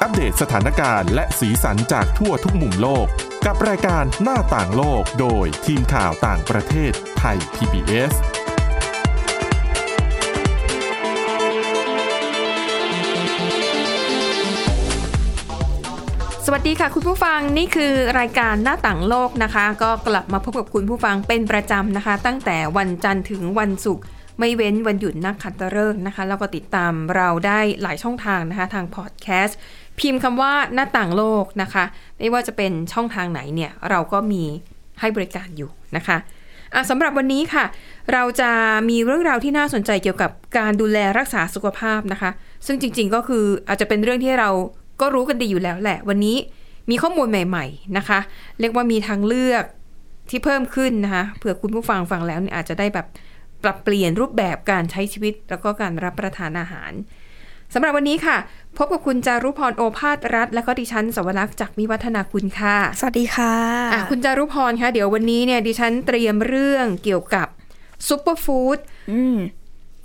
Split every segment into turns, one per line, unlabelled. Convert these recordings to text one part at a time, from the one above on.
อัปเดตสถานการณ์และสีสันจากทั่วทุกมุมโลก กับรายการหน้าต่างโลกโดยทีมข่าวต่างประเทศไทย PBS
สวัสดีค่ะคุณผู้ฟังนี่คือรายการหน้าต่างโลกนะคะ ก็กลับมาพบกับคุณผู้ฟังเป็นประจำนะคะ ตั้งแต่วันจันทร์ถึงวันศุกร์ไม่เว้นวันหยุดนักขัตฤกษ์นะคะ แล้วก็ติดตามเราได้หลายช่องทางนะคะ ทางพอดแคสต์พิมพ์คำว่าหน้าต่างโลกนะคะ ไม่ว่าจะเป็นช่องทางไหนเนี่ย เราก็มีให้บริการอยู่นะคะ อ่ะสำหรับวันนี้ค่ะ เราจะมีเรื่องราวที่น่าสนใจเกี่ยวกับการดูแลรักษาสุขภาพนะคะ ซึ่งจริงๆก็คืออาจจะเป็นเรื่องที่เราก็รู้กันดีอยู่แล้วแหละ วันนี้มีข้อมูลใหม่ๆนะคะ เรียกว่ามีทางเลือกที่เพิ่มขึ้นนะคะเผื่อคุณผู้ฟังฟังแล้วเนี่ยอาจจะได้แบบปรับเปลี่ยนรูปแบบการใช้ชีวิต แล้วก็การรับประทานอาหาร สำหรับวันนี้ค่ะ พบกับคุณจารุพรโอภาสรัฐ และก็ดิฉันสวรักษ์จากวิวัฒนาคุณค่ะ
สวัสดีค่ะ
อ่ะคุณจารุพรคะเดี๋ยววันนี้เนี่ยดิฉันเตรียมเรื่องเกี่ยวกับซุปเปอร์ฟู้ด
อืม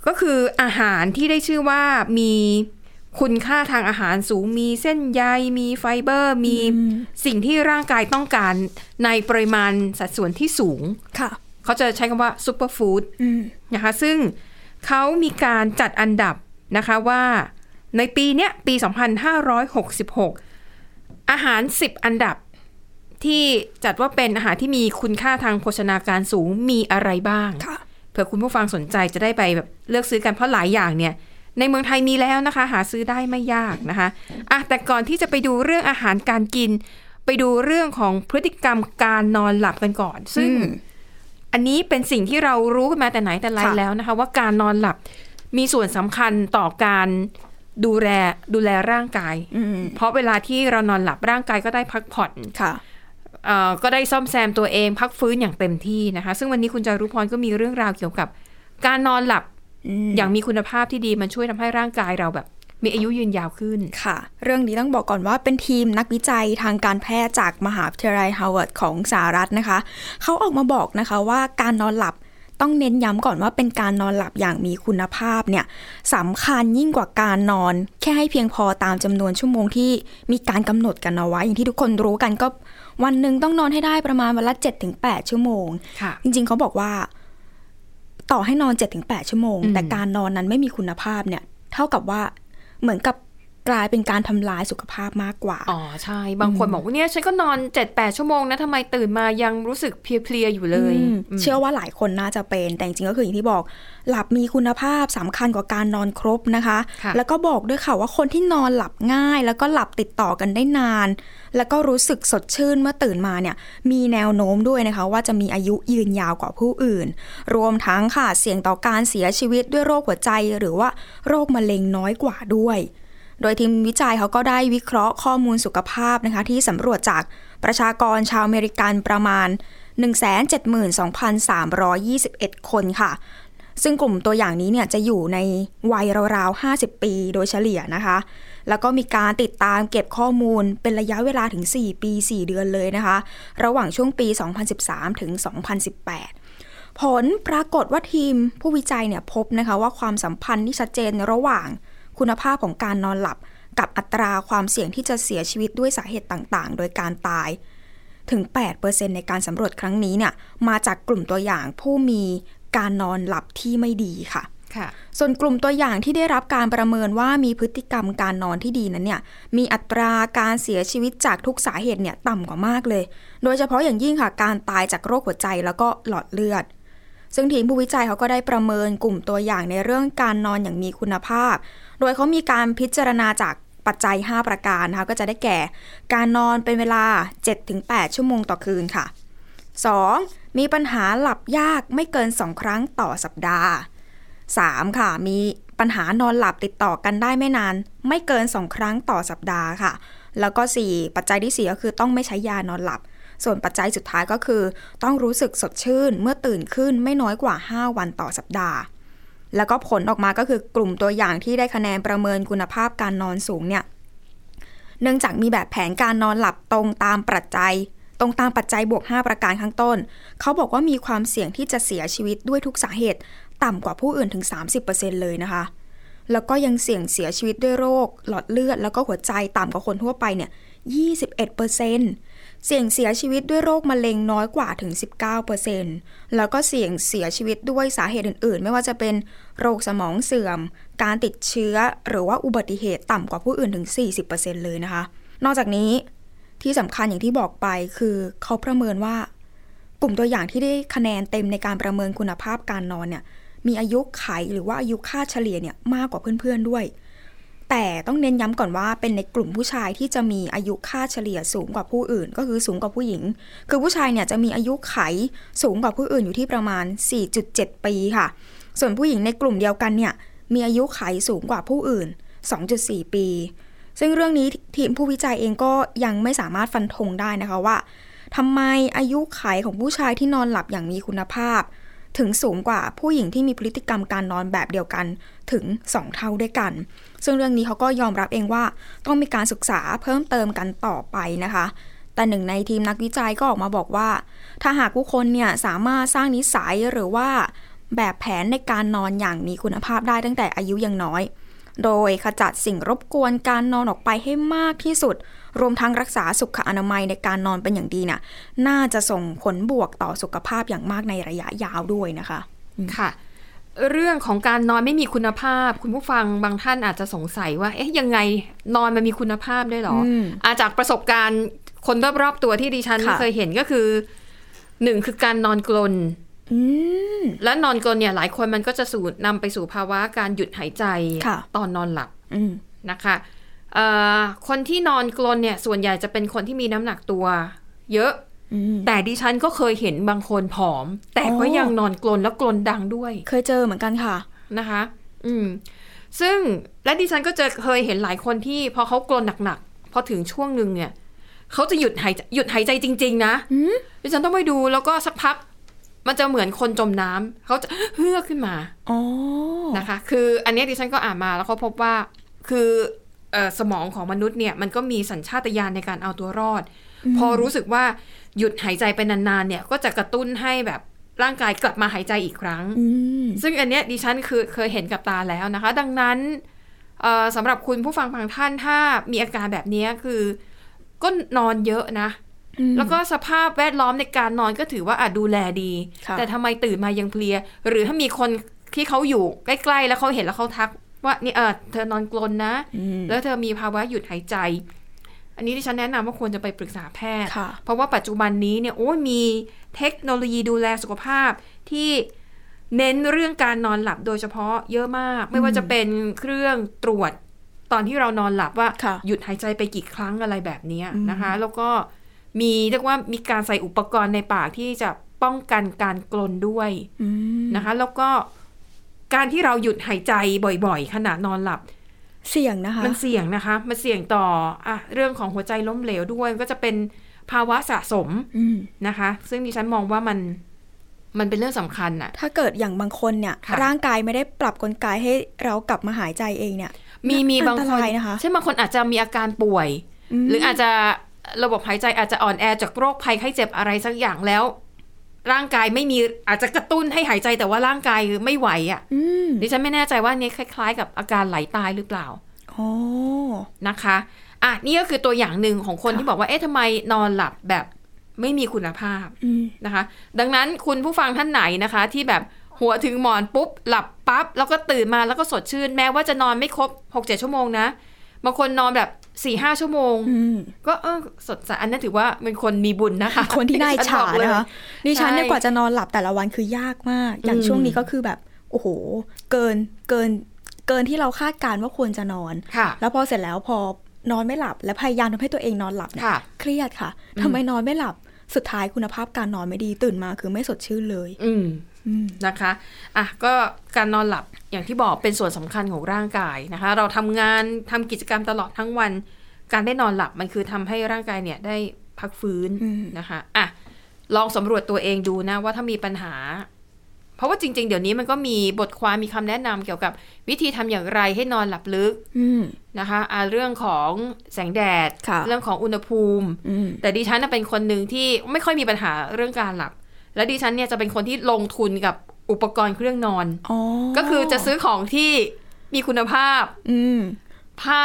ก็คืออาหารที่ได้ชื่อว่ามีคุณค่าทางอาหารสูงมีเส้นใยมีไฟเบอร์ มีสิ่งที่ร่างกายต้องการในปริมาณสัดส่วนที่สูง
ค่ะ
เขาจะใช้คำว่าซุปเปอร์ฟู้ด
อืม
นะคะซึ่งเขามีการจัดอันดับนะคะว่าในปีเนี้ยปี 2566 อาหาร 10 อันดับที่จัดว่าเป็นอาหารที่มีคุณค่าทางโภชนาการสูงมีอะไรบ้าง
ค่ะ
เผื่อคุณผู้ฟังสนใจจะได้ไปแบบเลือกซื้อกันเพราะหลายอย่างเนี่ย ในเมืองไทยมีแล้วนะคะ หาซื้อได้ไม่ยากนะคะอ่ะแต่ก่อนที่จะไปดูเรื่องอาหารการกิน ไปดูเรื่องของพฤติกรรมการนอนหลับกันก่อน ซึ่ง อันนี้เป็นสิ่งที่เรารู้กันมาแต่ไหนแต่ไร
ค่ะ
แล้วนะคะ ว่าการนอนหลับมีส่วนสำคัญต่อการดูแลดูแลร่างกาย
อืม
เพราะเวลาที่เรานอนหลับร่างกายก็ได้พักผ่อน
ค่ะ
เอ่อก็ได้ซ่อมแซมตัวเองพักฟื้นอย่างเต็มที่นะคะ ซึ่งวันนี้คุณจารุพรก็มีเรื่องราวเกี่ยวกับการนอนหลับ
อืม
อย่างมีคุณภาพที่ดีมันช่วยทำให้ร่างกายเราแบบ มีอายุยืนยาวขึ้น
ค่ะ เรื่องนี้ต้องบอกก่อนว่าเป็นทีมนักวิจัยทางการแพทย์จากมหาวิทยาลัยฮาร์วาร์ดของสหรัฐนะคะ เขาออกมาบอกนะคะว่าการนอนหลับต้องเน้นย้ำก่อนว่าเป็นการนอนหลับอย่างมีคุณภาพเนี่ยสำคัญยิ่งกว่าการนอน แค่ให้เพียงพอตามจำนวนชั่วโมงที่มีการกำหนดกันเอาไว้ อย่างที่ทุกคนรู้กันก็วันหนึ่งต้องนอนให้ได้ประมาณวันละ 7-8 ชั่วโมง
ค่ะ
จริงๆ เขาบอกว่า ต่อให้นอน 7-8 ชั่วโมง
อืม
แต่การนอนนั้นไม่มีคุณภาพเนี่ย เท่ากับว่าเหมือนกับกลายเป็นการทำลายสุขภาพมากกว่า
อ๋อใช่ บางคนบอกว่าเนี่ยฉันก็นอน 7-8 ชั่วโมงนะทำไมตื่นมายังรู้สึกเพลียๆอยู่เลย
อืม
ม
เชื่อว่าหลายคนน่าจะเป็น แต่จริงๆ ก็คืออย่างที่บอก หลับมีคุณภาพสำคัญกว่าการนอนครบนะคะ
ค่ะ
แล้วก็บอกด้วยค่ะว่าคนที่นอนหลับง่าย แล้วก็หลับติดต่อกันได้นาน แล้วก็รู้สึกสดชื่นเมื่อตื่นมาเนี่ย มีแนวโน้มด้วยนะคะ ว่าจะมีอายุยืนยาวกว่าผู้อื่น รวมทั้งค่ะเสี่ยงต่อการเสียชีวิตด้วยโรคหัวใจ หรือว่าโรคมะเร็งน้อยกว่าด้วย โดยทีมวิจัยเขาก็ได้วิเคราะห์ข้อมูลสุขภาพนะคะ ที่สำรวจจากประชากรชาวอเมริกันประมาณ 172,321 คนค่ะ ซึ่งกลุ่มตัวอย่างนี้เนี่ยจะอยู่ในวัยราวๆ 50 ปีโดยเฉลี่ยนะคะ แล้วก็มีการติดตามเก็บข้อมูลเป็นระยะเวลาถึง 4 ปี 4 เดือนเลยนะคะ ระหว่างช่วงปี 2013 ถึง 2018 ผลปรากฏว่าทีมผู้วิจัยเนี่ยพบนะคะว่าความสัมพันธ์ที่ชัดเจนระหว่างคุณภาพของการนอนหลับ กับอัตราความเสี่ยงที่จะเสียชีวิตด้วยสาเหตุต่างๆ โดยการตายถึง 8%ในการสำรวจครั้งนี้เนี่ยมาจากกลุ่มตัวอย่างผู้มีการนอนหลับที่ไม่ดีค่ะ
ค่ะ
ส่วนกลุ่มตัวอย่างที่ได้รับการประเมินว่ามีพฤติกรรมการนอนที่ดีนั้นเนี่ยมีอัตราการเสียชีวิตจากทุกสาเหตุเนี่ยต่ำกว่ามากเลย โดยเฉพาะอย่างยิ่งค่ะการตายจากโรคหัวใจแล้วก็หลอดเลือด ซึ่งทีมผู้วิจัยเขาก็ได้ประเมินกลุ่มตัวอย่างในเรื่องการนอนอย่างมีคุณภาพ โดยเขามีการพิจารณาจากปัจจัย 5 ประการนะคะก็จะได้แก่ การนอนเป็นเวลา 7-8 ชั่วโมงต่อคืนค่ะ 2. มีปัญหาหลับยากไม่เกิน 2 ครั้งต่อสัปดาห์ 3. ค่ะ มีปัญหานอนหลับติดต่อกันได้ไม่นาน ไม่เกิน 2 ครั้งต่อสัปดาห์ค่ะ แล้วก็ 4 ปัจจัยที่ 4 ก็คือต้องไม่ใช้ยานอนหลับ ส่วนปัจจัยสุดท้ายก็คือ ต้องรู้สึกสดชื่นเมื่อตื่นขึ้นไม่น้อยกว่า 5 วันต่อสัปดาห์ แล้วก็ผลออกมาก็คือกลุ่มตัวอย่างที่ได้คะแนนประเมินคุณภาพการนอนสูงเนี่ย เนื่องจากมีแบบแผนการนอนหลับตรงตามปัจจัย ตรงตามปัจจัยบวก 5 ประการข้างต้น เขาบอกว่ามีความเสี่ยงที่จะเสียชีวิตด้วยทุกสาเหตุ ต่ำกว่าผู้อื่นถึง 30%เลยนะคะ แล้วก็ยังเสี่ยงเสียชีวิตด้วยโรค หลอดเลือด แล้วก็หัวใจต่ำกว่าคนทั่วไปเนี่ย21เปอร์เซ็นต์เสี่ยงเสียชีวิตด้วยโรคมะเร็งน้อยกว่าถึง 19เปอร์เซ็นต์แล้วก็เสี่ยงเสียชีวิตด้วยสาเหตุอื่น ๆ ไม่ว่าจะเป็นโรคสมองเสื่อม การติดเชื้อ หรือว่าอุบัติเหตุต่ำกว่าผู้อื่นถึง 40เปอร์เซ็นต์เลยนะคะ นอกจากนี้ที่สำคัญอย่างที่บอกไปคือเขาประเมินว่า กลุ่มตัวอย่างที่ได้คะแนนเต็มในการประเมินคุณภาพการนอนเนี่ยมีอายุไขหรือว่าอายุค่าเฉลี่ยเนี่ยมากกว่าเพื่อนๆด้วย แต่ต้องเน้นย้ำก่อนว่าเป็นในกลุ่มผู้ชายที่จะมีอายุค่าเฉลี่ยสูงกว่าผู้อื่น ก็คือสูงกว่าผู้หญิง คือผู้ชายเนี่ยจะมีอายุไขสูงกว่าผู้อื่นอยู่ที่ประมาณ 4.7 ปีค่ะ ส่วนผู้หญิงในกลุ่มเดียวกันเนี่ยมีอายุไขสูงกว่าผู้อื่น 2.4 ปี ซึ่งเรื่องนี้ทีมผู้วิจัยเองก็ยังไม่สามารถฟันธงได้นะคะว่าทำไมอายุไขของผู้ชายที่นอนหลับอย่างมีคุณภาพ ถึงสูงกว่าผู้หญิงที่มีพฤติกรรมการนอนแบบเดียวกันถึง 2 เท่าด้วยกัน ซึ่งเรื่องนี้เขาก็ยอมรับเองว่าต้องมีการศึกษาเพิ่มเติมกันต่อไปนะคะ แต่หนึ่งในทีมนักวิจัยก็ออกมาบอกว่า ถ้าหากผู้คนเนี่ยสามารถสร้างนิสัยหรือว่าแบบแผนในการนอนอย่างมีคุณภาพได้ตั้งแต่อายุยังน้อย โดยขจัดสิ่งรบกวนการนอนออกไปให้มากที่สุด รวมทั้งรักษาสุขอนามัยในการนอนเป็นอย่างดีน่ะ น่าจะส่งผลบวกต่อสุขภาพอย่างมากในระยะยาวด้วยนะคะ
ค่ะ เรื่องของการนอนไม่มีคุณภาพ คุณผู้ฟังบางท่านอาจจะสงสัยว่า เอ๊ะยังไงนอนมันมีคุณภาพด้วยเหรอ
อืม
อาจากประสบการณ์คนรอบๆตัวที่ดิฉัน
ค่ะ
เคยเห็นก็คือหนึ่งคือการนอนกลน
อืม
และนอนกลนเนี่ยหลายคนมันก็จะสู่นำไปสู่ภาวะการหยุดหายใจ
ค่ะ
ตอนนอนหลับ
อืม
นะคะเอ่อคนที่นอนกรนเนี่ยส่วนใหญ่จะเป็นคนที่มีน้ำหนักตัว เยอะ
อืม
แต่ดิฉันก็เคยเห็นบางคนผอม แต่ก็
อ๋อ
ยังนอนกรนแล้วกรนดังด้วย
เคยเจอเหมือนกันค่ะ
นะคะ อืม ซึ่งและดิฉันก็จะเคยเห็นหลายคนที่พอเขากรนหนักๆพอถึงช่วงหนึ่งเนี่ยเขาจะหยุดหายหยุดหายใจจริง ๆ นะ
อืม
ดิฉันต้องไปดูแล้วก็สักพัก มันจะเหมือนคนจมน้ำเขาจะเฮือกขึ้นมา
อ๋อ
นะคะ คืออันเนี้ยดิฉันก็อ่านมาแล้วก็พบว่า คือเอ่อสมองของมนุษย์เนี่ยมันก็มีสัญชาตญาณในการเอาตัวรอด พอรู้สึกว่าหยุดหายใจไปนานๆเนี่ยก็จะกระตุ้นให้แบบร่างกายกลับมาหายใจอีกครั้ง
อืม
ซึ่งอันเนี้ยดิฉันคือเคยเห็นกับตาแล้วนะคะ ดังนั้นเอ่อสำหรับคุณผู้ฟังบางท่านถ้ามีอาการแบบเนี้ยคือก็นอนเยอะนะ
อืม
แล้วก็สภาพแวดล้อมในการนอนก็ถือว่าอาจดูแลดี
ค่ะ
แต่ทำไมตื่นมายังเพลีย หรือถ้ามีคนที่เขาอยู่ใกล้ๆ แล้วเขาเห็นแล้วเขาทัก ว่าเนี่ยเออเธอนอนกลนนะ
อืม
แล้วเธอมีภาวะหยุดหายใจ อันนี้ที่ฉันแนะนำว่าควรจะไปปรึกษาแพทย์
ค่ะ
เพราะว่าปัจจุบันนี้เนี่ยโอ้ยมีเทคโนโลยีดูแลสุขภาพที่เน้นเรื่องการนอนหลับโดยเฉพาะเยอะมาก ไม่ว่าจะเป็นเครื่องตรวจตอนที่เรานอนหลับว่า
ค่ะ
หยุดหายใจไปกี่ครั้งอะไรแบบเนี้ยนะคะ แล้วก็มีเรียกว่ามีการใส่อุปกรณ์ในปากที่จะป้องกันการกลนด้วย
อืม
นะคะ แล้วก็การที่เราหยุดหายใจบ่อยๆ ขณะนอนหลับ
เสี่ยงนะคะ
มันเสี่ยงนะคะ มันเสี่ยงต่ออะเรื่องของหัวใจล้มเหลวด้วย ก็จะเป็นภาวะสะสม
อืม
นะคะ ซึ่งดิฉันมองว่ามัน มันเป็นเรื่องสำคัญน่ะ
ถ้าเกิดอย่างบางคนเนี่ย
ค่ะ
ร่างกายไม่ได้ปรับกลไกให้เรากลับมาหายใจเองเนี่ย
มีมี
อั
บาง
ต
ค
ร
น
ยนะคะ
เช่นบางคนอาจจะมีอาการป่วย
อืม
หรืออาจจะระบบหายใจอาจจะอ่อนแอจากโรคภัยไข้เจ็บอะไรสักอย่างแล้ว ร่างกายไม่มีอาจจะกระตุ้นให้หายใจแต่ว่าร่างกายไม่ไหวอะ่ะ
อืม
ดิฉันไม่แน่ใจว่าเนี่ยคล้าย ๆ กับอาการไหลตายหรือเปล่า
อ๋อ
นะคะอ่ะนี่ก็คือตัวอย่างหนึ่งของคนที่บอกว่า เอ๊ะทำไมนอนหลับแบบไม่มีคุณภาพ
อืม
นะคะ ดังนั้นคุณผู้ฟังท่านไหนนะคะ ที่แบบหัวถึงหมอนปุ๊บ หลับปั๊บ แล้วก็ตื่นมาแล้วก็สดชื่น แม้ว่าจะนอนไม่ครบ6กเจ็ดชั่วโมงนะ บางคนนอนแบบ4ี่ห้าชั่วโมง
อืม
ก็เออสดใสอันนั้นถือว่าเป็นคนมีบุญนะคะ
คนที่น่าอิจฉา
บอกเลย
นะคะดิฉันเนี่ย
ใช่
กว่าจะนอนหลับแต่ละวันคือยากมาก อย่าง
อืม
ช่วงนี้ก็คือแบบ โอ้โห เกินเกินเกินที่เราคาดการณ์ว่าควรจะนอน
ค่ะ
แล้วพอเสร็จแล้วพอนอนไม่หลับ และพยายามทำให้ตัวเองนอนหลับเนี่ย
ค่ะ
เครียดค่ะทำไมนอนไม่หลับสุดท้ายคุณภาพการนอนไม่ดีตื่นมาคือไม่สดชื่นเลย
อืม
อืม
นะคะอ่ะก็การนอนหลับอย่างที่บอกเป็นส่วนสำคัญของร่างกายนะคะ เราทำงานทำกิจกรรมตลอดทั้งวัน การได้นอนหลับมันคือทำให้ร่างกายเนี่ยได้พักฟื้น
อืม
นะคะอ่ะลองสำรวจตัวเองดูนะว่าถ้ามีปัญหา เพราะว่าจริง ๆ เดี๋ยวนี้มันก็มีบทความมีคำแนะนำเกี่ยวกับวิธีทำอย่างไรให้นอนหลับลึก
อืม
นะคะอ่ะเรื่องของแสงแดด
ค่ะ
เรื่องของอุณหภูมิ
อืม
แต่ดิฉันน่ะเป็นคนหนึ่งที่ไม่ค่อยมีปัญหาเรื่องการหลับ และดิฉันเนี่ยจะเป็นคนที่ลงทุนกับอุปกรณ์เครื่องนอน
อ๋อ
ก็คือจะซื้อของที่ มีคุณภาพ
อืม
ผ้า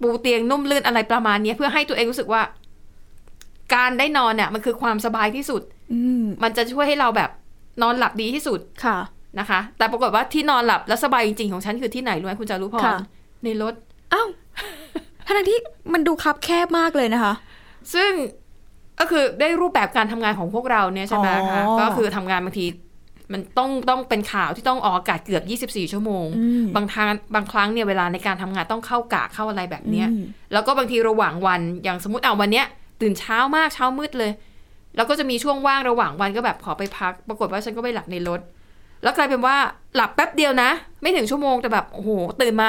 ปูเตียงนุ่มลื่นอะไรประมาณเนี้ยเพื่อให้ตัวเองรู้สึกว่า การได้นอนเนี่ยมันคือความสบายที่สุด
อืม
มันจะช่วยให้เราแบบนอนหลับดีที่สุด
ค่ะ
นะคะ แต่ปรากฏว่าที่นอนหลับแล้วสบายจริงๆของฉันคือที่ไหนรู้ไหมคุณจารุพร
ค่ะ
ในรถ
อ้าว ทั้งๆที่มันดูคับแคบมากเลยนะคะ
ซึ่งก็คือได้รูปแบบการทำงานของพวกเราเนี่ยใช่ไหมคะ
อ๋อ
ก็คือทำงานบางที มันต้องต้องเป็นข่าวที่ต้องออกอากาศเกือบ 24 ชั่วโมง
อืม
บางทางบางครั้งเนี่ยเวลาในการทำงานต้องเข้ากะเข้าอะไรแบบเนี้ย
อืม
แล้วก็บางทีระหว่างวันอย่างสมมติอ่าวันเนี้ย ตื่นเช้ามากเช้ามืดเลย แล้วก็จะมีช่วงว่างระหว่างวันก็แบบขอไปพัก ปรากฏว่าฉันก็ไปหลับในรถ แล้วกลายเป็นว่าหลับแป๊บเดียวนะ ไม่ถึงชั่วโมงแต่แบบโอ้โหตื่นมา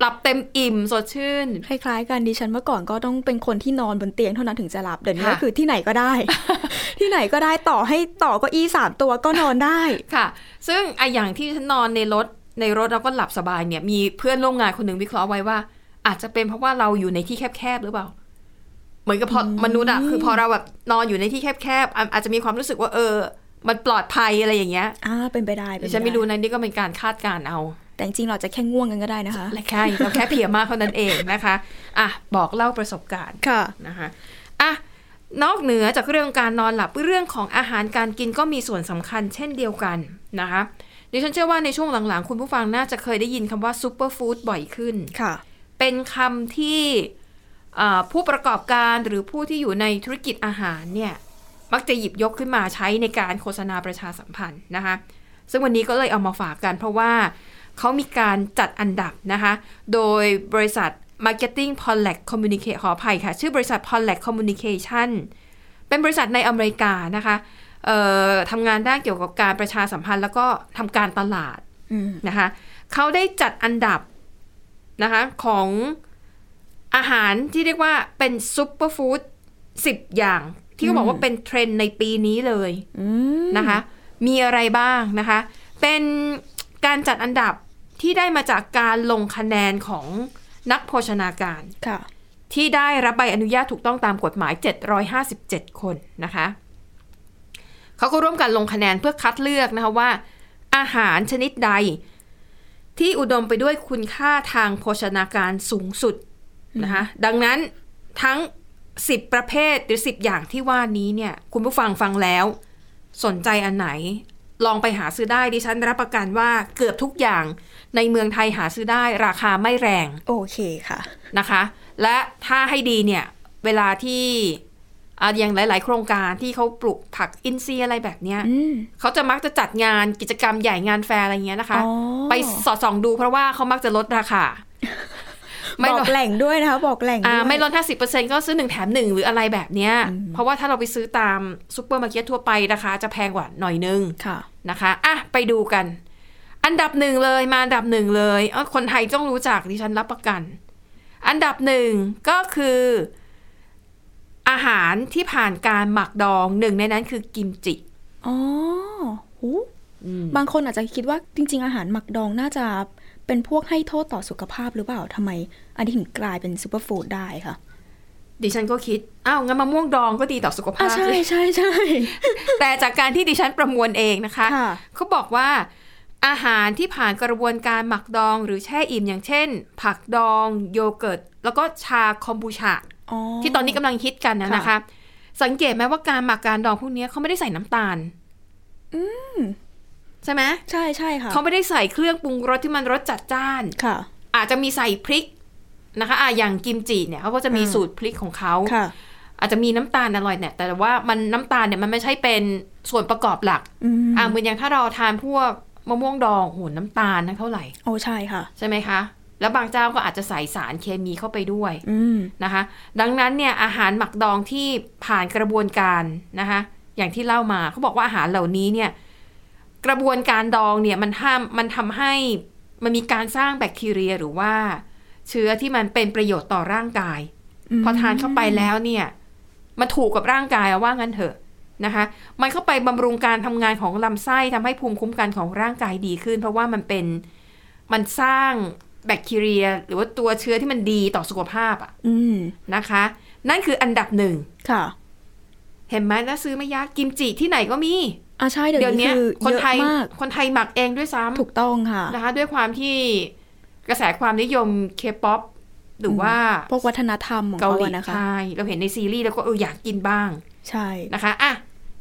หลับเต็มอิ่มสดชื่น
คล้ายๆกันดิฉันเมื่อก่อนก็ต้องเป็นคนที่นอนบนเตียงเท่านั้นถึงจะหลับเดี๋ยวนี้
ค่ะ
ก็คือที่ไหนก็ ได้ ที่ไหนก็ได้ต่อให้ต่อเก็อี้สามตัวก็นอนได้
ค่ะ ซึ่งไออย่างที่ฉันนอนในรถในรถเราก็หลับสบายเนี่ย มีเพื่อนร่วมงานคนหนึ่งวิเคราะห์ไว้ว่า อาจจะเป็นเพราะว่าเราอยู่ในที่แคบๆหรือเปล่า เหมือนกับพอมนุษย์อะคือพอเราแบบนอนอยู่ในที่แคบๆอ่ะอาจจะมีความรู้สึกว่าเออ มันปลอดภัยอะไรอย่างเงี้ย
อ่าเป็นไปได้
ดิ
เป็ปด้
ฉันไม่รู้นะนี่ก็เป็นการคาดการณ์เอา
แต่จริงๆเราจะแค่ง่วงกันก็ได้นะคะ
และแค่เราแค่เพลียมากเท่านั้นเองนะคะอ่ะบอกเล่าประสบการณ์
ค่ะ
นะคะอ่ะนอกเหนือจากเรื่องการนอนหลับเรื่องของอาหารการกินก็มีส่วนสำคัญเช่นเดียวกันนะคะดิฉันเชื่อว่าในช่วงหลังๆ คุณผู้ฟังน่าจะเคยได้ยินคำว่าซูเปอร์ฟู้ดบ่อยขึ้น
ค่ะ
เป็นคำที่เอ่อผู้ประกอบการหรือผู้ที่อยู่ในธุรกิจอาหารเนี่ย มักจะหยิบยกขึ้นมาใช้ในการโฆษณาประชาสัมพันธ์นะคะ ซึ่งวันนี้ก็เลยเอามาฝากกันเพราะว่าเขามีการจัดอันดับนะคะ โดยบริษัท Marketing p o l l a c Communication ขออภัยค่ะ ชื่อบริษัท p o l l a c Communication เป็นบริษัทในอเมริกานะคะเอ่อทำงานด้านเกี่ยวกับการประชาสัมพันธ์ แล้วก็ทำการตลาด
อืม
นะคะเขาได้จัดอันดับนะคะของอาหารที่เรียกว่าเป็นซุปเปอร์ฟู้ด10 อย่าง ที่เขาบอกว่าเป็นเทรนด์ในปีนี้เลย
อืม
นะคะ มีอะไรบ้างนะคะ เป็นการจัดอันดับที่ได้มาจากการลงคะแนนของนักโภชนาการ
ค่ะ
ที่ได้รับใบอนุญาตถูกต้องตามกฎหมาย 757 คนนะคะ เขาก็ร่วมกันลงคะแนนเพื่อคัดเลือกนะคะว่า อาหารชนิดใด ที่อุดมไปด้วยคุณค่าทางโภชนาการสูงสุดนะคะ ดังนั้นทั้ง 10 ประเภทหรือ 10 อย่างที่ว่านี้เนี่ย คุณผู้ฟังฟังแล้ว สนใจอันไหน ลองไปหาซื้อได้ดิฉันรับประกันว่าเกือบทุกอย่างในเมืองไทยหาซื้อได้ราคาไม่แรง
โอเคค่ะ
นะคะ และถ้าให้ดีเนี่ย เวลาที่อ่ะอย่างหลาย ๆ โครงการที่เขาปลูกผักอินทรีย์อะไรแบบเนี้ย
อืม
เขาจะมักจะจัดงานกิจกรรมใหญ่งานแฟร์อะไรเงี้ยนะคะ
อ๋อ
ไปสอดส่องดูเพราะว่าเขามักจะลดรา คา ไม่
บอ
ล
ก
ด
แหล่งด้วยนะคะ บอกแหล่ง
อ่า
ด้วย
ไม่ลดห้าสิบเปอร์เซ็นก็ซื้อหนึ่งแถมหนึ่งหรืออะไรแบบเนี้ย เพราะว่าถ้าเราไปซื้อตามซูเปอร์มาร์เก็ตทั่วไปราคาจะแพงกว่าหน่อยนึง
ค่ะ
นะคะอ่ะไปดูกัน อันดับหนึ่งเลยมาอันดับหนึ่งเลยเอ้าคนไทยต้องรู้จักดิฉันรับประกัน อันดับหนึ่งก็คือ อาหารที่ผ่านการหมักดองหนึ่งในนั้นคือกิมจิ
อ๋อโหบางคนอาจจะคิดว่าจริง ๆ อาหารหมักดองน่าจะเป็นพวกให้โทษต่อสุขภาพหรือเปล่าทำไม อันนี้ถึงกลายเป็นซูเปอร์ฟู้ดได้ค่ะ
ดิฉันก็คิดอ้าวงั้นมะม่วงดองก็ดีต่อสุข
อ่ะ
ภาพ
ใช่
สิ
ใช่ใช่
แต่จากการที่ดิฉันประมวลเองนะคะ
ค่ะ
เขาบอกว่าอาหารที่ผ่านกระบวนการหมักดองหรือแช่อิ่มอย่างเช่น ผักดองโยเกิร์ต แล้วก็ชาคอมบูชา
อ๋อ
ที่ตอนนี้กำลังฮิตกันนะ
ค่ะ
นะคะ สังเกตไหมว่าการหมักการดองพวกเนี้ยเขาไม่ได้ใส่น้ำตาลใช่ไหม
ใช่ใช่ค่ะ
เขาไม่ได้ใส่เครื่องปรุงรสที่มันรสจัดจ้าน
ค่ะ
อาจจะมีใส่พริกนะคะอ่ะอย่างกิมจิเนี่ยเขาก็จะมี
อืม
สูตรพริกของเขา
ค่ะ
อาจจะมีน้ำตาลอร่อยเนี่ยแต่ว่ามันน้ำตาลเนี่ยมันไม่ใช่เป็นส่วนประกอบหลัก
อืม
อ่ะเหมือนอย่างถ้าเราทานพวกมะม่วงดองโอ้โหน้ำตาลนะเท่าไหร่
โอ้ใช่ค่ะ
ใช่ไหมคะ แล้วบางเจ้าก็อาจจะใส่สารเคมีเข้าไปด้วย
อืม
นะคะดังนั้นเนี่ยอาหารหมักดองที่ผ่านกระบวนการนะคะอย่างที่เล่ามาเขาบอกว่าอาหารเหล่านี้เนี่ยกระบวนการดองเนี่ยมันห้ามมันทำให้มันมีการสร้างแบคทีเรียหรือว่า เชื้อที่มันเป็นประโยชน์ต่อร่างกาย
อืม
พอทานเข้าไปแล้วเนี่ยมันถูกกับร่างกายเอาว่างั้นเถอะนะคะมันเข้าไปบำรุงการทำงานของลำไส้ทำให้ภูมิคุ้มกันของร่างกายดีขึ้น เพราะว่ามันเป็นมันสร้างแบคทีเรีย หรือว่าตัวเชื้อที่มันดีต่อสุขภาพอะ
อืม
นะคะ นั่นคืออันดับหนึ่ง
ค่ะ
เห็นไหมน่าซื้อไม่ยากกิมจิที่ไหนก็มี
อ่ะใช่เดี๋ยว
เดี๋ยวนี้
นี้คือ
คน
เยอะ
ไทย
มาก
คนไทยหมักเองด้วยซ้
ถูกต้องค่ะ
ำนะคะด้วยความที่กระแสความนิยมเคป๊อปหรือว่า
พวกวัฒนธรรมของ
เกา
เขา
หลี
อะนะคะ
ใช่เราเห็นในซีรีส์แล้วก็เอออยากกินบ้าง
ใช่
นะคะอ่ะ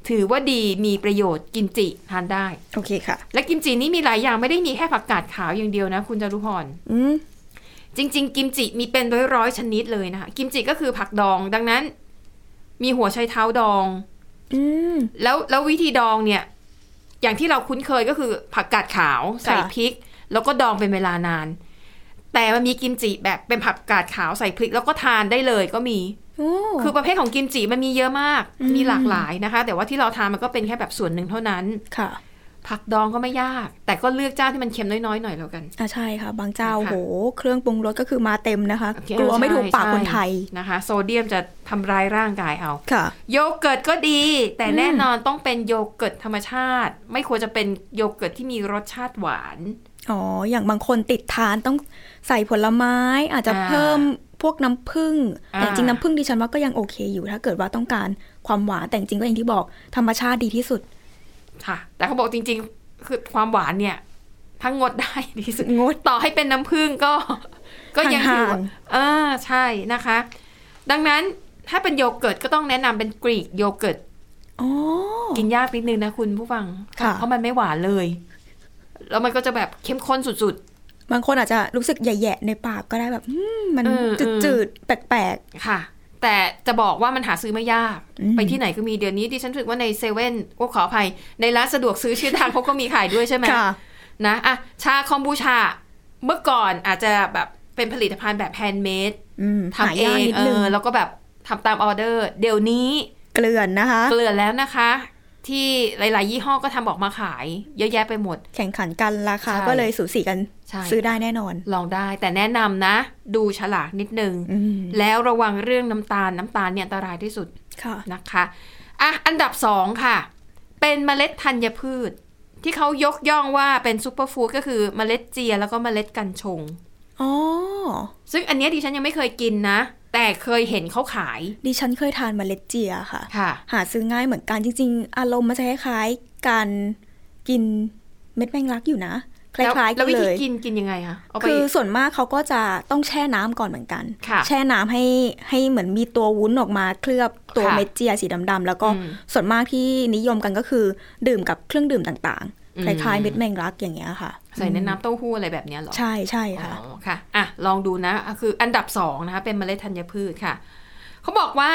ถือว่าดีมีประโยชน์กิมจิทานได้
โอเคค่ะ
และกิมจินี่มีหลายอย่างไม่ได้มีแค่ผักกาดขาวอย่างเดียวนะ คุณจารุพร
อืม
จริง ๆ กิมจิมีเป็นร้อยร้อยๆชนิดเลยนะคะกิมจิก็คือผักดอง ดังนั้น มีหัวไชเท้าดอง
อืม
แล้วแล้ววิธีดองเนี่ย อย่างที่เราคุ้นเคยก็คือผักกาดขาวใส่พริก แล้วก็ดองเป็นเวลานาน แต่มันมีกิมจิแบบเป็นผักกาดขาวใส่พริก แล้วก็ทานได้เลยก็มี
โอ้
คือประเภทของกิมจิมันมีเยอะมาก มีหลากหลายนะคะ แต่ว่าที่เราทานมันก็เป็นแค่แบบส่วนหนึ่งเท่านั้น
ค่ะ
ผักดองก็ไม่ยาก แต่ก็เลือกเจ้าที่มันเค็มน้อยๆหน่อยแล้วกัน
อ่ะใช่ค่ะ บางเจ้า
ค่ะ
โห เครื่องปรุงรสก็คือมาเต็มนะคะ
โอเค
กลัวไม่
ใช่
ถูกปาก
ใช่
คนไทย
นะคะ โซเดียมจะทำร้ายร่างกายเอา
ค่ะ
โยเกิร์ตก็ดี แต่
อืม
แน่นอนต้องเป็นโยเกิร์ตธรรมชาติ ไม่ควรจะเป็นโยเกิร์ตที่มีรสชาติหวาน
อ๋อ อย่างบางคนติดทานต้องใส่ผลไม้ อาจจะ
อ่า
เพิ่มพวกน้ำผึ้ง
อ่า
แต่จริงๆน้ำผึ้งดิฉันว่าก็ยังโอเคอยู่ ถ้าเกิดว่าต้องการความหวาน แต่จริงๆก็อย่างที่บอกธรรมชาติดีที่สุด
ค่ะ แต่เขาบอกจริงๆ คือความหวานเนี่ยทั้งงดได้ ดีที่สุด
งด
ต่อให้เป็นน้ำผึ้งก็ ก็ยังถือว่า
ห่าง
เออใช่นะคะ ดังนั้นถ้าเป็นโยเกิร์ตก็ต้องแนะนำเป็นกรีกโยเกิร์ต
อ๋อ
กินยากนิดนึงนะคุณผู้ฟัง
ค่ะ
เพราะมันไม่หวานเลย แล้วมันก็จะแบบเข้มข้นสุด
บางคนอาจจะรู้สึกแย่ๆในปากก็ได้แบบอืมมัน
เออเออ
จืดๆแปลก
ๆ ค่ะ แต่จะบอกว่ามันหาซื้อไม่ยาก
อืม
ไปที่ไหนก็มีเดี๋ยวนี้ดิฉันรู้สึกว่าในเซเว่นโอ้ขออภัย ในร้านสะดวกซื้อชื่อดังเขาก็มีขายด้วยใช่ไหม
ๆ ค่ะ
นะอะชาคอมบูชา เมื่อก่อนอาจจะแบบเป็นผลิตภัณฑ์แบบแฮนด์เมด
อืมหา
ทำเอย
าก
ง
นิด
เอ
นึง
อแล้วก็แบบทำตามออเดอร์ เดี๋ยวนี้
เกลือนนะคะ
เกลือนแล้วนะคะ ที่หลาย ๆ ยี่ห้อก็ทำออกมาขาย เยอะแยะไปหมด
แข่งขันกันราคา
ใช่
ก็เลยสูสีกัน
ใช่
ซื้อได้แน่นอน
ลองได้ แต่แนะนำนะ ดูฉลากนิดนึง
อืม
แล้วระวังเรื่องน้ำตาลน้ำตาลเนี่ยอันตรายที่สุด
ค่ะ
นะคะอ่ะอันดับสองค่ะ เป็นเมล็ดธัญพืช ที่เขายกย่องว่าเป็นซูเปอร์ฟู้ดก็คือเมล็ดเจียแล้วก็เมล็ดกัญชง
อ๋อ
ซึ่งอันเนี้ยดิฉันยังไม่เคยกินนะ แต่เคยเห็นเขาขาย
ดิฉันเคยทานเมล็ดเจียค่ะ
ค่ะ
หาซื้อง่ายเหมือนกันจริง ๆ อารมณ์มันจะคล้ายๆการกินเม็ดแมงลักอยู่นะ ค
แล้ว
ล้ายๆกั
แล้
น
ววิ
เล
ธี
ย
กินกินยังไงคะเอาไป
คือส่วนมากเขาก็จะต้องแช่น้ำก่อนเหมือนกัน
ค่ะ
แช่น้ำให้ให้เหมือนมีตัววุ้นออกมาเคลือบตัว
ค่ะ
เม็ดเจียสีดำๆแล้วก็
อืม
ส่วนมากที่นิยมกันก็คือ ดื่มกับเครื่องดื่มต่าง
อืม
ๆ คล้ายๆเม็ดแมงลักอย่างเงี้ยค่ะ
ใส่ในน้ำเต้าหู้อะไรแบบเนี้ยเหรอ
ใช่ใช่ค่ะ
อ๋อค่ะอ่ะ ลองดูนะอ่ะคืออันดับสองนะคะเป็นเมล็ดธัญพืชค่ะเขาบอกว่า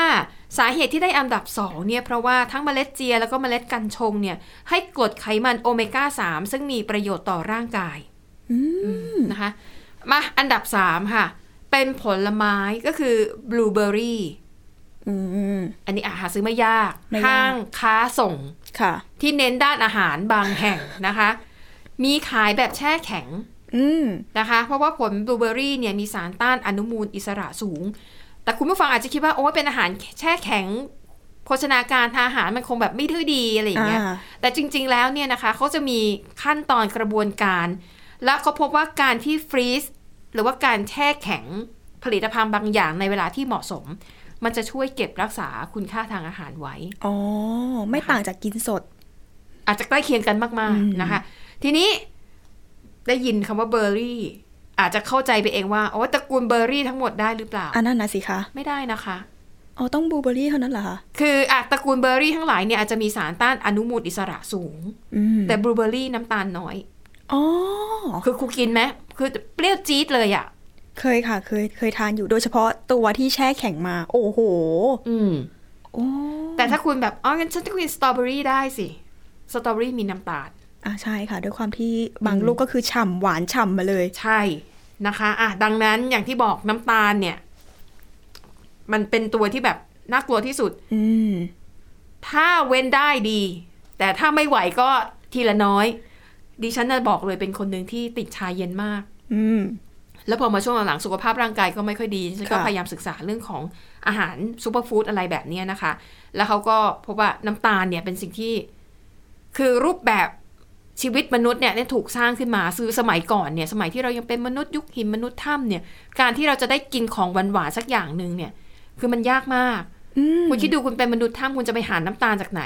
สาเหตุที่ได้อันดับสองเนี่ยเพราะว่าทั้งเมล็ดเจียแล้วก็เมล็ดกัญชงเนี่ย ให้กรดไขมันโอเมก้า 3 ซึ่งมีประโยชน์ต่อร่างกาย
อื
นะคะมาอันดับสามค่ะ เป็นผลไม้ก็คือบลูเบอร์รี่
อืม
อันนี้อาหาซื้อไม่ยาก
ไม่ยาก
ห้างค้าส่ง
ค่ะ
ที่เน้นด้านอาหารบางแห่งนะคะ มีขายแบบแช่แข็ง
อืม
นะคะ เพราะว่าผลบลูเบอร์รี่เนี่ยมีสารต้านอนุมูลอิสระสูง แต่คุณผู้ฟังอาจจะคิดว่า โอ้ยเป็นอาหารแช่แข็ง โภชนาการทางอาหารมันคงแบบไม่ทื่อดีอะไรอย่างเงี้ย
อ่า
แต่จริง ๆ แล้วเนี่ยนะคะเขาจะมีขั้นตอนกระบวนการ และเขาพบว่าการที่ฟรีซหรือว่าการแช่แข็งผลิตภัณฑ์บางอย่างในเวลาที่เหมาะสม มันจะช่วยเก็บรักษาคุณค่าทางอาหารไว้
อ๋อ ไม่ต่างจากกินสด
อาจจะใกล้เคียงกันมาก ๆ นะคะ ทีนี้ได้ยินคำว่าเบอร์รี่ อาจจะเข้าใจไปเองว่าโอ้ตระกูลเบอร์รี่ทั้งหมดได้หรือเปล่า
อันนั้นนะสิคะ
ไม่ได้นะคะ
อ๋อ ต้องบลูเบอร์รี่เท่านั้นเหรอคะ
คืออะตระกูลเบอร์รี่ทั้งหลายเนี่ยอาจจะมีสารต้านอนุมูลอิสระสูง
อืม
แต่บลูเบอร์รี่น้ำตาลน้อย
อ๋อ
คือครูกินไหมคือเปรี้ยวจี๊ดเลยอะ่ะ
เคยค่ะ เคย เคยทานอยู่ โดยเฉพาะตัวที่แช่แข็งมา โอ้โห
อืม
โอ้
แต่ถ้าคุณแบบอ๋องั้นฉันจะกินสตรอเบอรี่ได้สิ สตรอเบอรี่มีน้ำตาล
อ่ะใช่ค่ะ ด้วยความที่บางลูกก็คือฉ่ำหวานฉ่ำมาเลย
ใช่นะคะอ่ะดังนั้นอย่างที่บอกน้ำตาลเนี่ย มันเป็นตัวที่แบบน่ากลัวที่สุด
อืม
ถ้าเว้นได้ดี แต่ถ้าไม่ไหวก็ทีละน้อย ดิฉันน่ะบอกเลยเป็นคนหนึ่งที่ติดชาเย็นมาก
อืม
แล้วพอมาช่วงหลังๆสุขภาพร่างกายก็ไม่ค่อยดีฉันก็
ค่ะ
พยายามศึกษาเรื่องของอาหารซูเปอร์ฟู้ดอะไรแบบเนี้ยนะคะ แล้วเขาก็พบว่าน้ำตาลเนี่ยเป็นสิ่งที่ คือรูปแบบชีวิตมนุษย์เนี่ยได้ถูกสร้างขึ้นมาซื้อสมัยก่อนเนี่ย สมัยที่เรายังเป็นมนุษย์ยุคหินมนุษย์ถ้ำเนี่ย การที่เราจะได้กินของหวานๆสักอย่างหนึ่งเนี่ย คือมันยากมาก
อืม
คุณคิดดูคุณเป็นมนุษย์ถ้ำคุณจะไปหาน้ำตาลจากไหน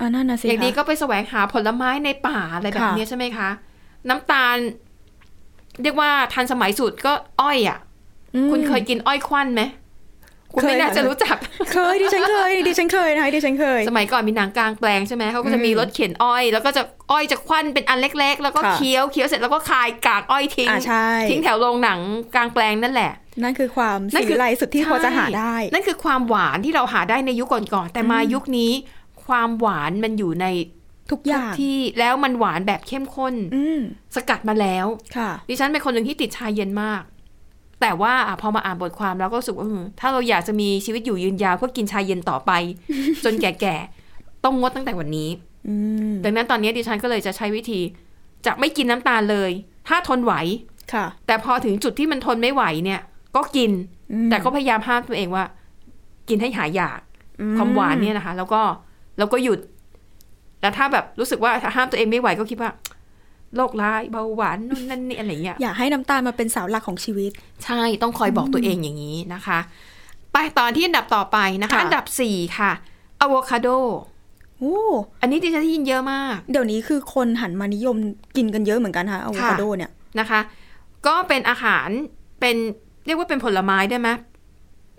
อ่านั่นนะสิ
อย่างดี
ค่ะ
ก็ไปแสวงหาผลไม้ในป่าอะไรแบบ
ค่ะ
เนี้ยใช่ไหมคะ น้ำตาล เรียกว่าทันสมัยสุดก็อ้อยอ่ะ
อืม
คุณเคยกินอ้อยควันไหมคุณไม่
เคย
น่า
ค่ะ
จะรู้จัก
เคยดิฉันเคยดิฉันเคยนะคะดิฉันเคย
สมัยก่อนมีหนังกลางแปลงใช่ไหมเขาก็จะมี
อืม
รถเข็นอ้อย แล้วก็จะอ้อยจะควันเป็นอันเล็ก ๆ แล้วก็
ค่ะ
เคี้ยวเคี้ยวเสร็จแล้วก็คายกากอ้อยทิ้ง
อ่าใช่
ทิ้งแถวโรงหนังกลางแปลงนั่นแหละ
นั่นคือความ
นั่
สิ่
น
ง
คือ
ไรสุดที่พอจะหา
ใช่
ได้
นั่นคือความหวานที่เราหาได้ในยุคก่อนๆแต่มายุคนี้ ความหวานมันอยู่ใน
ทุกอ
ทุก
ย่าง
ที่แล้วมันหวานแบบเข้มข้น
อืม
สกัดมาแล้ว
ค่ะ
ดิฉันเป็นคนหนึ่งที่ติดชาเย็นมาก แต่ว่าอะพอมาอ่านบทความแล้วก็รู้สึกว่าเออถ้าเราอยากจะมีชีวิตอยู่ยืนยาวเพื่อกินชาเย็นต่อไป จนแก่ๆ ต้องงดตั้งแต่วันนี้
อืม
ดังนั้นตอนนี้ดิฉันก็เลยจะใช้วิธี จะไม่กินน้ำตาลเลย ถ้าทนไหว
ค่ะ
แต่พอถึงจุดที่มันทนไม่ไหวเนี่ย ก็กิน
อืม
แต่ก็พยายามห้ามตัวเองว่า กินให้หายอยาก ความหวานเนี่ยนะคะ แล้วก็แล้วก็หยุด แต่ถ้าแบบรู้สึกว่าถ้าห้ามตัวเองไม่ไหวก็คิดว่าโรคร้ายเบาหวานนู่นนั่นนี่อะไรอย่างเงี้ย
อยากให้น้ำตาลมาเป็นเสาหลักของชีวิต
ใช่ต้องคอยบอกตัวเองอย่างนี้นะคะ ไปตอนที่อันดับต่อไปนะคะ
ค่ะ
อันดับ 4 ค่ะอะโวคาโด
โอ้
อันนี้ดิฉันได้ยินเยอะมาก
เดี๋ยวนี้คือคนหันมานิยมกินกันเยอะเหมือนกันค่ะอะโวคาโดเนี่ย
นะคะ ก็เป็นอาหารเป็นเรียกว่าเป็นผลไม้ได้ไหม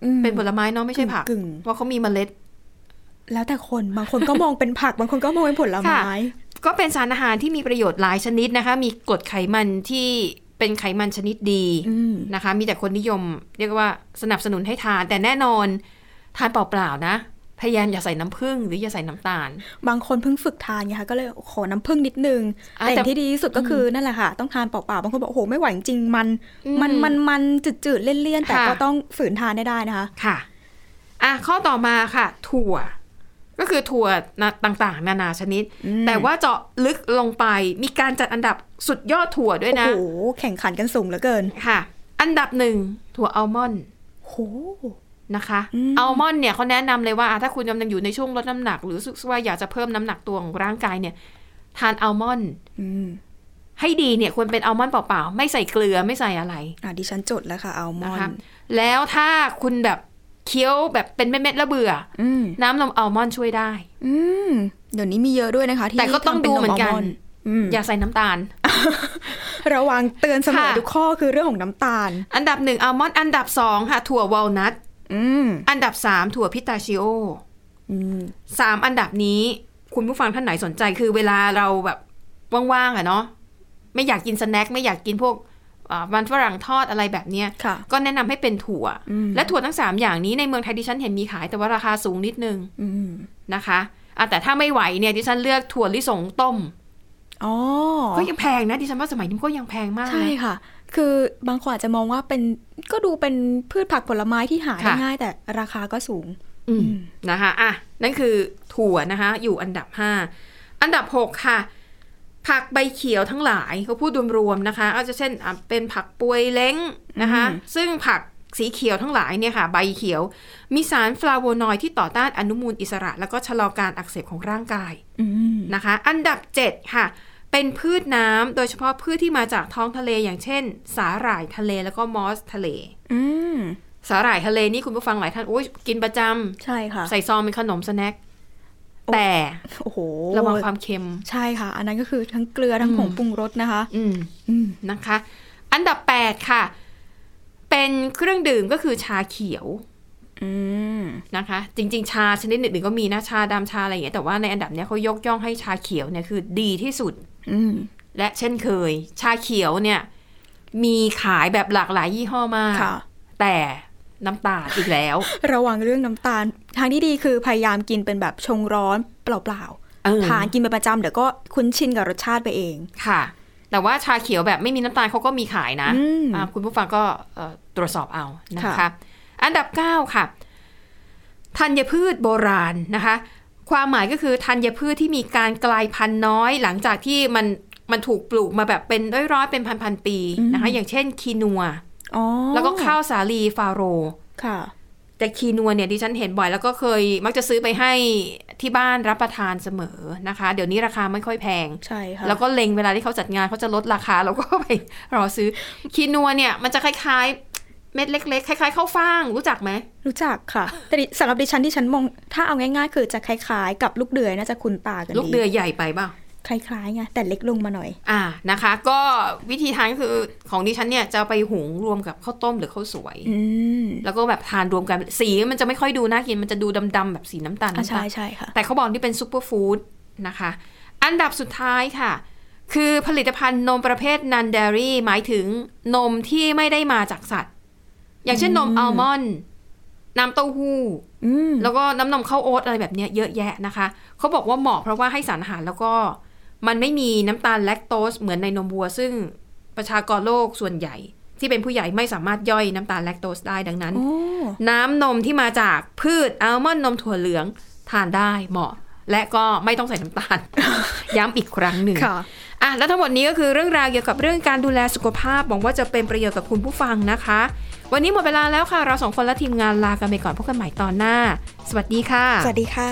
อืม
เป็นผลไม้เนาะไม่ใช่ผัก
กึ่ง
เพราะเขามีเมล็ด
แล้วแต่คนบางคนก็ มองเป็นผัก บางคนก็มองเป็นผลไม้
ค่ะ ก็เป็นสารอาหารที่มีประโยชน์หลายชนิดนะคะ มีกรดไขมันที่เป็นไขมันชนิดดี
อืม
นะคะ มีแต่คนนิยม เรียกว่าสนับสนุนให้ทาน แต่แน่นอนทานเปล่าๆนะ พยายามอย่าใส่น้ำผึ้งหรืออย่าใส่น้ำตาล
บางคนเพิ่งฝึกทานไงคะก็เลยขอน้ำผึ้งนิดนึง
อ่ะ
แต่
แต่
ที่ดีที่สุดก็คืออนั่นแหละค่ะ ต้องทานเปล่าๆบางคนบอกโอ้โหไม่ไหวจริงๆมัน
อืม
มันมันมันจืดๆเลี่ยนๆแต่
ค่ะ
ก็ต้องฝืนทานได้ได้นะคะ
ค่ะ อ่ะ ข้อต่อมาค่ะ ถั่ว ก็คือถั่วนะต่างๆ นานาชนิด
อืม
แต่ว่าเจาะลึกลงไป มีการจัดอันดับสุดยอดถั่วด้วย
โอ้
นะ
โหแข่งขันกันสูงเหลือเกิน
ค่ะ อันดับหนึ่งถั่วอัลมอนด์
โอ้โห
นะคะ
อืม
อัลมอนด์เนี่ยเขาแนะนำเลยว่าอ่ะถ้าคุณกำลังอยู่ในช่วงลดน้ำหนัก หรือรู้สึกว่าอยากจะเพิ่มน้ำหนักตัวของร่างกายเนี่ย ทานอัลมอนด์
อืม
ให้ดีเนี่ยควรเป็นอัลมอนด์เปล่าๆ ไม่ใส่เกลือไม่ใส่อะไร
อ่ะดิฉันจดแล้วค่ะอัลมอ
นะ
น
คะ
ด์
แล้วถ้าคุณแบบเคี้ยวแบบเป็นเม็ดๆแล้วเบื่อ
อืม
น้ำนมอัลมอนด์ช่วยได้
อืมเดี๋ยวนี้มีเยอะด้วยนะคะ ที่
แต่ก็ต้อง
ทำป็
ดูเหมือนกัน
ลด์อืม
อย่าใส่น้ำตาล
ระวังเตือนเสมอ
ค่ะ
ทุกข้อคือเรื่องของน้ำตาล
อันดับหนึ่งอัลมอนด์อันดับสองค่ะ ถั่ววอลนัท
อืม
อันดับสามถั่วพิสตาชิโอ
อืม
สามอันดับนี้ คุณผู้ฟังท่านไหนสนใจคือเวลาเราแบบว่างๆอะเนาะไม่อยากกินสแน็คไม่อยากกินพวกอ่ามันฝรั่งทอดอะไรแบบเนี้ย
ค่ะ
ก็แนะนำให้เป็นถั่ว และถั่วทั้งสามอย่างนี้ในเมืองไทยดิฉันเห็นมีขายแต่ว่าราคาสูงนิดนึง
อืม
นะคะอ่ะแต่ถ้าไม่ไหวเนี่ยดิฉันเลือกถั่วลิสงต้ม
อ๋อ
ก็ยังแพงนะดิฉันว่าสมัยนี้มันก็ยังแพงมากนะ
ใช่ค่ะ คือบางคนอาจจะมองว่าเป็นก็ดูเป็นพืชผักผลไม้ที่หาได้
ค่ะ
ง่าย แต่ราคาก็สูง
อืมนะคะอ่ะนั่นคือถั่วนะคะ อยู่อันดับ 5 อันดับ 6 ค่ะ ผักใบเขียวทั้งหลายเขาพูดรวมๆนะคะเอาจะเช่นอ่ะเป็นผักปวยเล้งนะคะ
อืม
ซึ่งผักสีเขียวทั้งหลายเนี่ยค่ะ ใบเขียว มีสารฟลาโวนอยด์ที่ต่อต้านอนุมูลอิสระ แล้วก็ชะลอการอักเสบของร่างกาย
อืม
นะคะ อันดับ 7 ค่ะ เป็นพืชน้ำโดยเฉพาะพืชที่มาจากท้องทะเลอย่างเช่น สาหร่ายทะเลแล้วก็มอสทะเล
อืม
สาหร่ายทะเลนี่คุณผู้ฟังหลายท่านโอ้ยกินประจำ
ใช่ค่ะ
ใส่ซองเป็นขนมสแน็ค
โอ้
แต่
โอ้โห
ระวังความเค็ม
ใช่ค่ะ อันนั้นก็คือทั้งเกลือทั้งผงปรุงรสนะคะ
อืม
อืม
นะคะ อันดับ 8 ค่ะ เป็นเครื่องดื่มก็คือชาเขียว
อืม
นะคะ จริง ๆ ชาชนิดอื่นๆก็มีนะชาดำชาอะไรอย่างเงี้ยแต่ว่าในอันดับเนี้ยเขายกย่องให้ชาเขียวเนี่ยคือดีที่สุด
อืม
และเช่นเคย ชาเขียวเนี่ย มีขายแบบหลากหลายยี่ห้อมาก
ค่ะ
แต่น้ำตาลอีกแล้ว
ระวังเรื่องน้ำตาล ทางที่ดีคือพยายามกินเป็นแบบชงร้อนเปล่า
เออ
ๆทานกินเป็นประจำเดี๋ยวก็คุ้นชินกับรสชาติไปเอง
ค่ะ แต่ว่าชาเขียวแบบไม่มีน้ำตาลเขาก็มีขายนะ
อืม
อ่าคุณผู้ฟังก็เอ่อตรวจสอบเอานะคะ
ค่ะ
อันดับ 9 ค่ะธัญพืชโบราณนะคะ ความหมายก็คือธัญพืชที่มีการกลายพันธุ์น้อย หลังจากที่มันมันถูกปลูกมาแบบเป็นร้อยๆเป็นพันๆปีนะคะ อย่างเช่นคีนัว
อ๋อ
แล้วก็ข้าวสาลีฟาโร
ค่ะ
แต่คีนัวเนี่ยดิฉันเห็นบ่อยแล้วก็เคยมักจะซื้อไปให้ที่บ้านรับประทานเสมอนะคะ เดี๋ยวนี้ราคาไม่ค่อยแพง
ใช่ค่ะ
แล้วก็เล็งเว ลาที่เขาจัดงานเขาจะลดราคาเราก็ ไปรอซื้อคีนัวเนี่ย มันจะคล้าย เม็ดเล็กๆคล้ายๆข้าวฟ่างรู้จักไหม
รู้จักค่ะ แต่ดิสำหรับดิฉันที่ฉันมอง ถ้าเอาง่ายๆ คือจะคล้ายๆ กับลูกเดือยน่าจะคุ้นตากันดี
ลูกเดือยใหญ่ไปเปล่า
คล้ายๆไงแต่เล็กลงมาหน่อย
อ่านะคะ ก็วิธีทานก็คือของดิฉันเนี่ยจะเอาไปหุงรวมกับข้าวต้มหรือข้าวสวย
อืม
แล้วก็แบบทานรวมกันสีมันจะไม่ค่อยดูน่ากิน มันจะดูดำๆแบบสีน้ำตาล
อ่ะ
น้ำ
ใช่
ตาล
ใช่ค่ะ
แต่เขาบอกที่เป็นซุปเปอร์ฟู้ดนะคะ อันดับสุดท้ายค่ะ คือผลิตภัณฑ์นมประเภทนันเดอรี่หมายถึงนมที่ไม่ได้มาจากสัตว์ อย่างเช่นนมอัลมอนด์น้ำเต้าหู้
อืม
แล้วก็น้ำนมข้าวโอ๊ตอะไรแบบเนี้ยเยอะแยะนะคะ เขาบอกว่าเหมาะเพราะว่าให้สารอาหารแล้วก็มันไม่มีน้ำตาลแลคโตสเหมือนในนมวัว ซึ่งประชากรโลกส่วนใหญ่ ที่เป็นผู้ใหญ่ไม่สามารถย่อยน้ำตาลแลคโตสได้ดังนั้น
โอ้
น้ำนมที่มาจากพืชอัลมอนด์นมถั่วเหลืองทานได้เหมาะ และก็ไม่ต้องใส่น้ำตาล ย้ำอีกครั้งหนึ่ง
ค่ะ
อ่ะแล้วทั้งหมดนี้ก็คือเรื่องราวเกี่ยวกับเรื่องการดูแลสุขภาพหวังว่าจะเป็นประโยชน์กับคุณผู้ฟังนะคะ วันนี้หมดเวลาแล้วค่ะ เราสองคนและทีมงานลากันไปก่อนพบกันใหม่ตอนหน้า สวัสดีค่ะ
สวัสดีค่ะ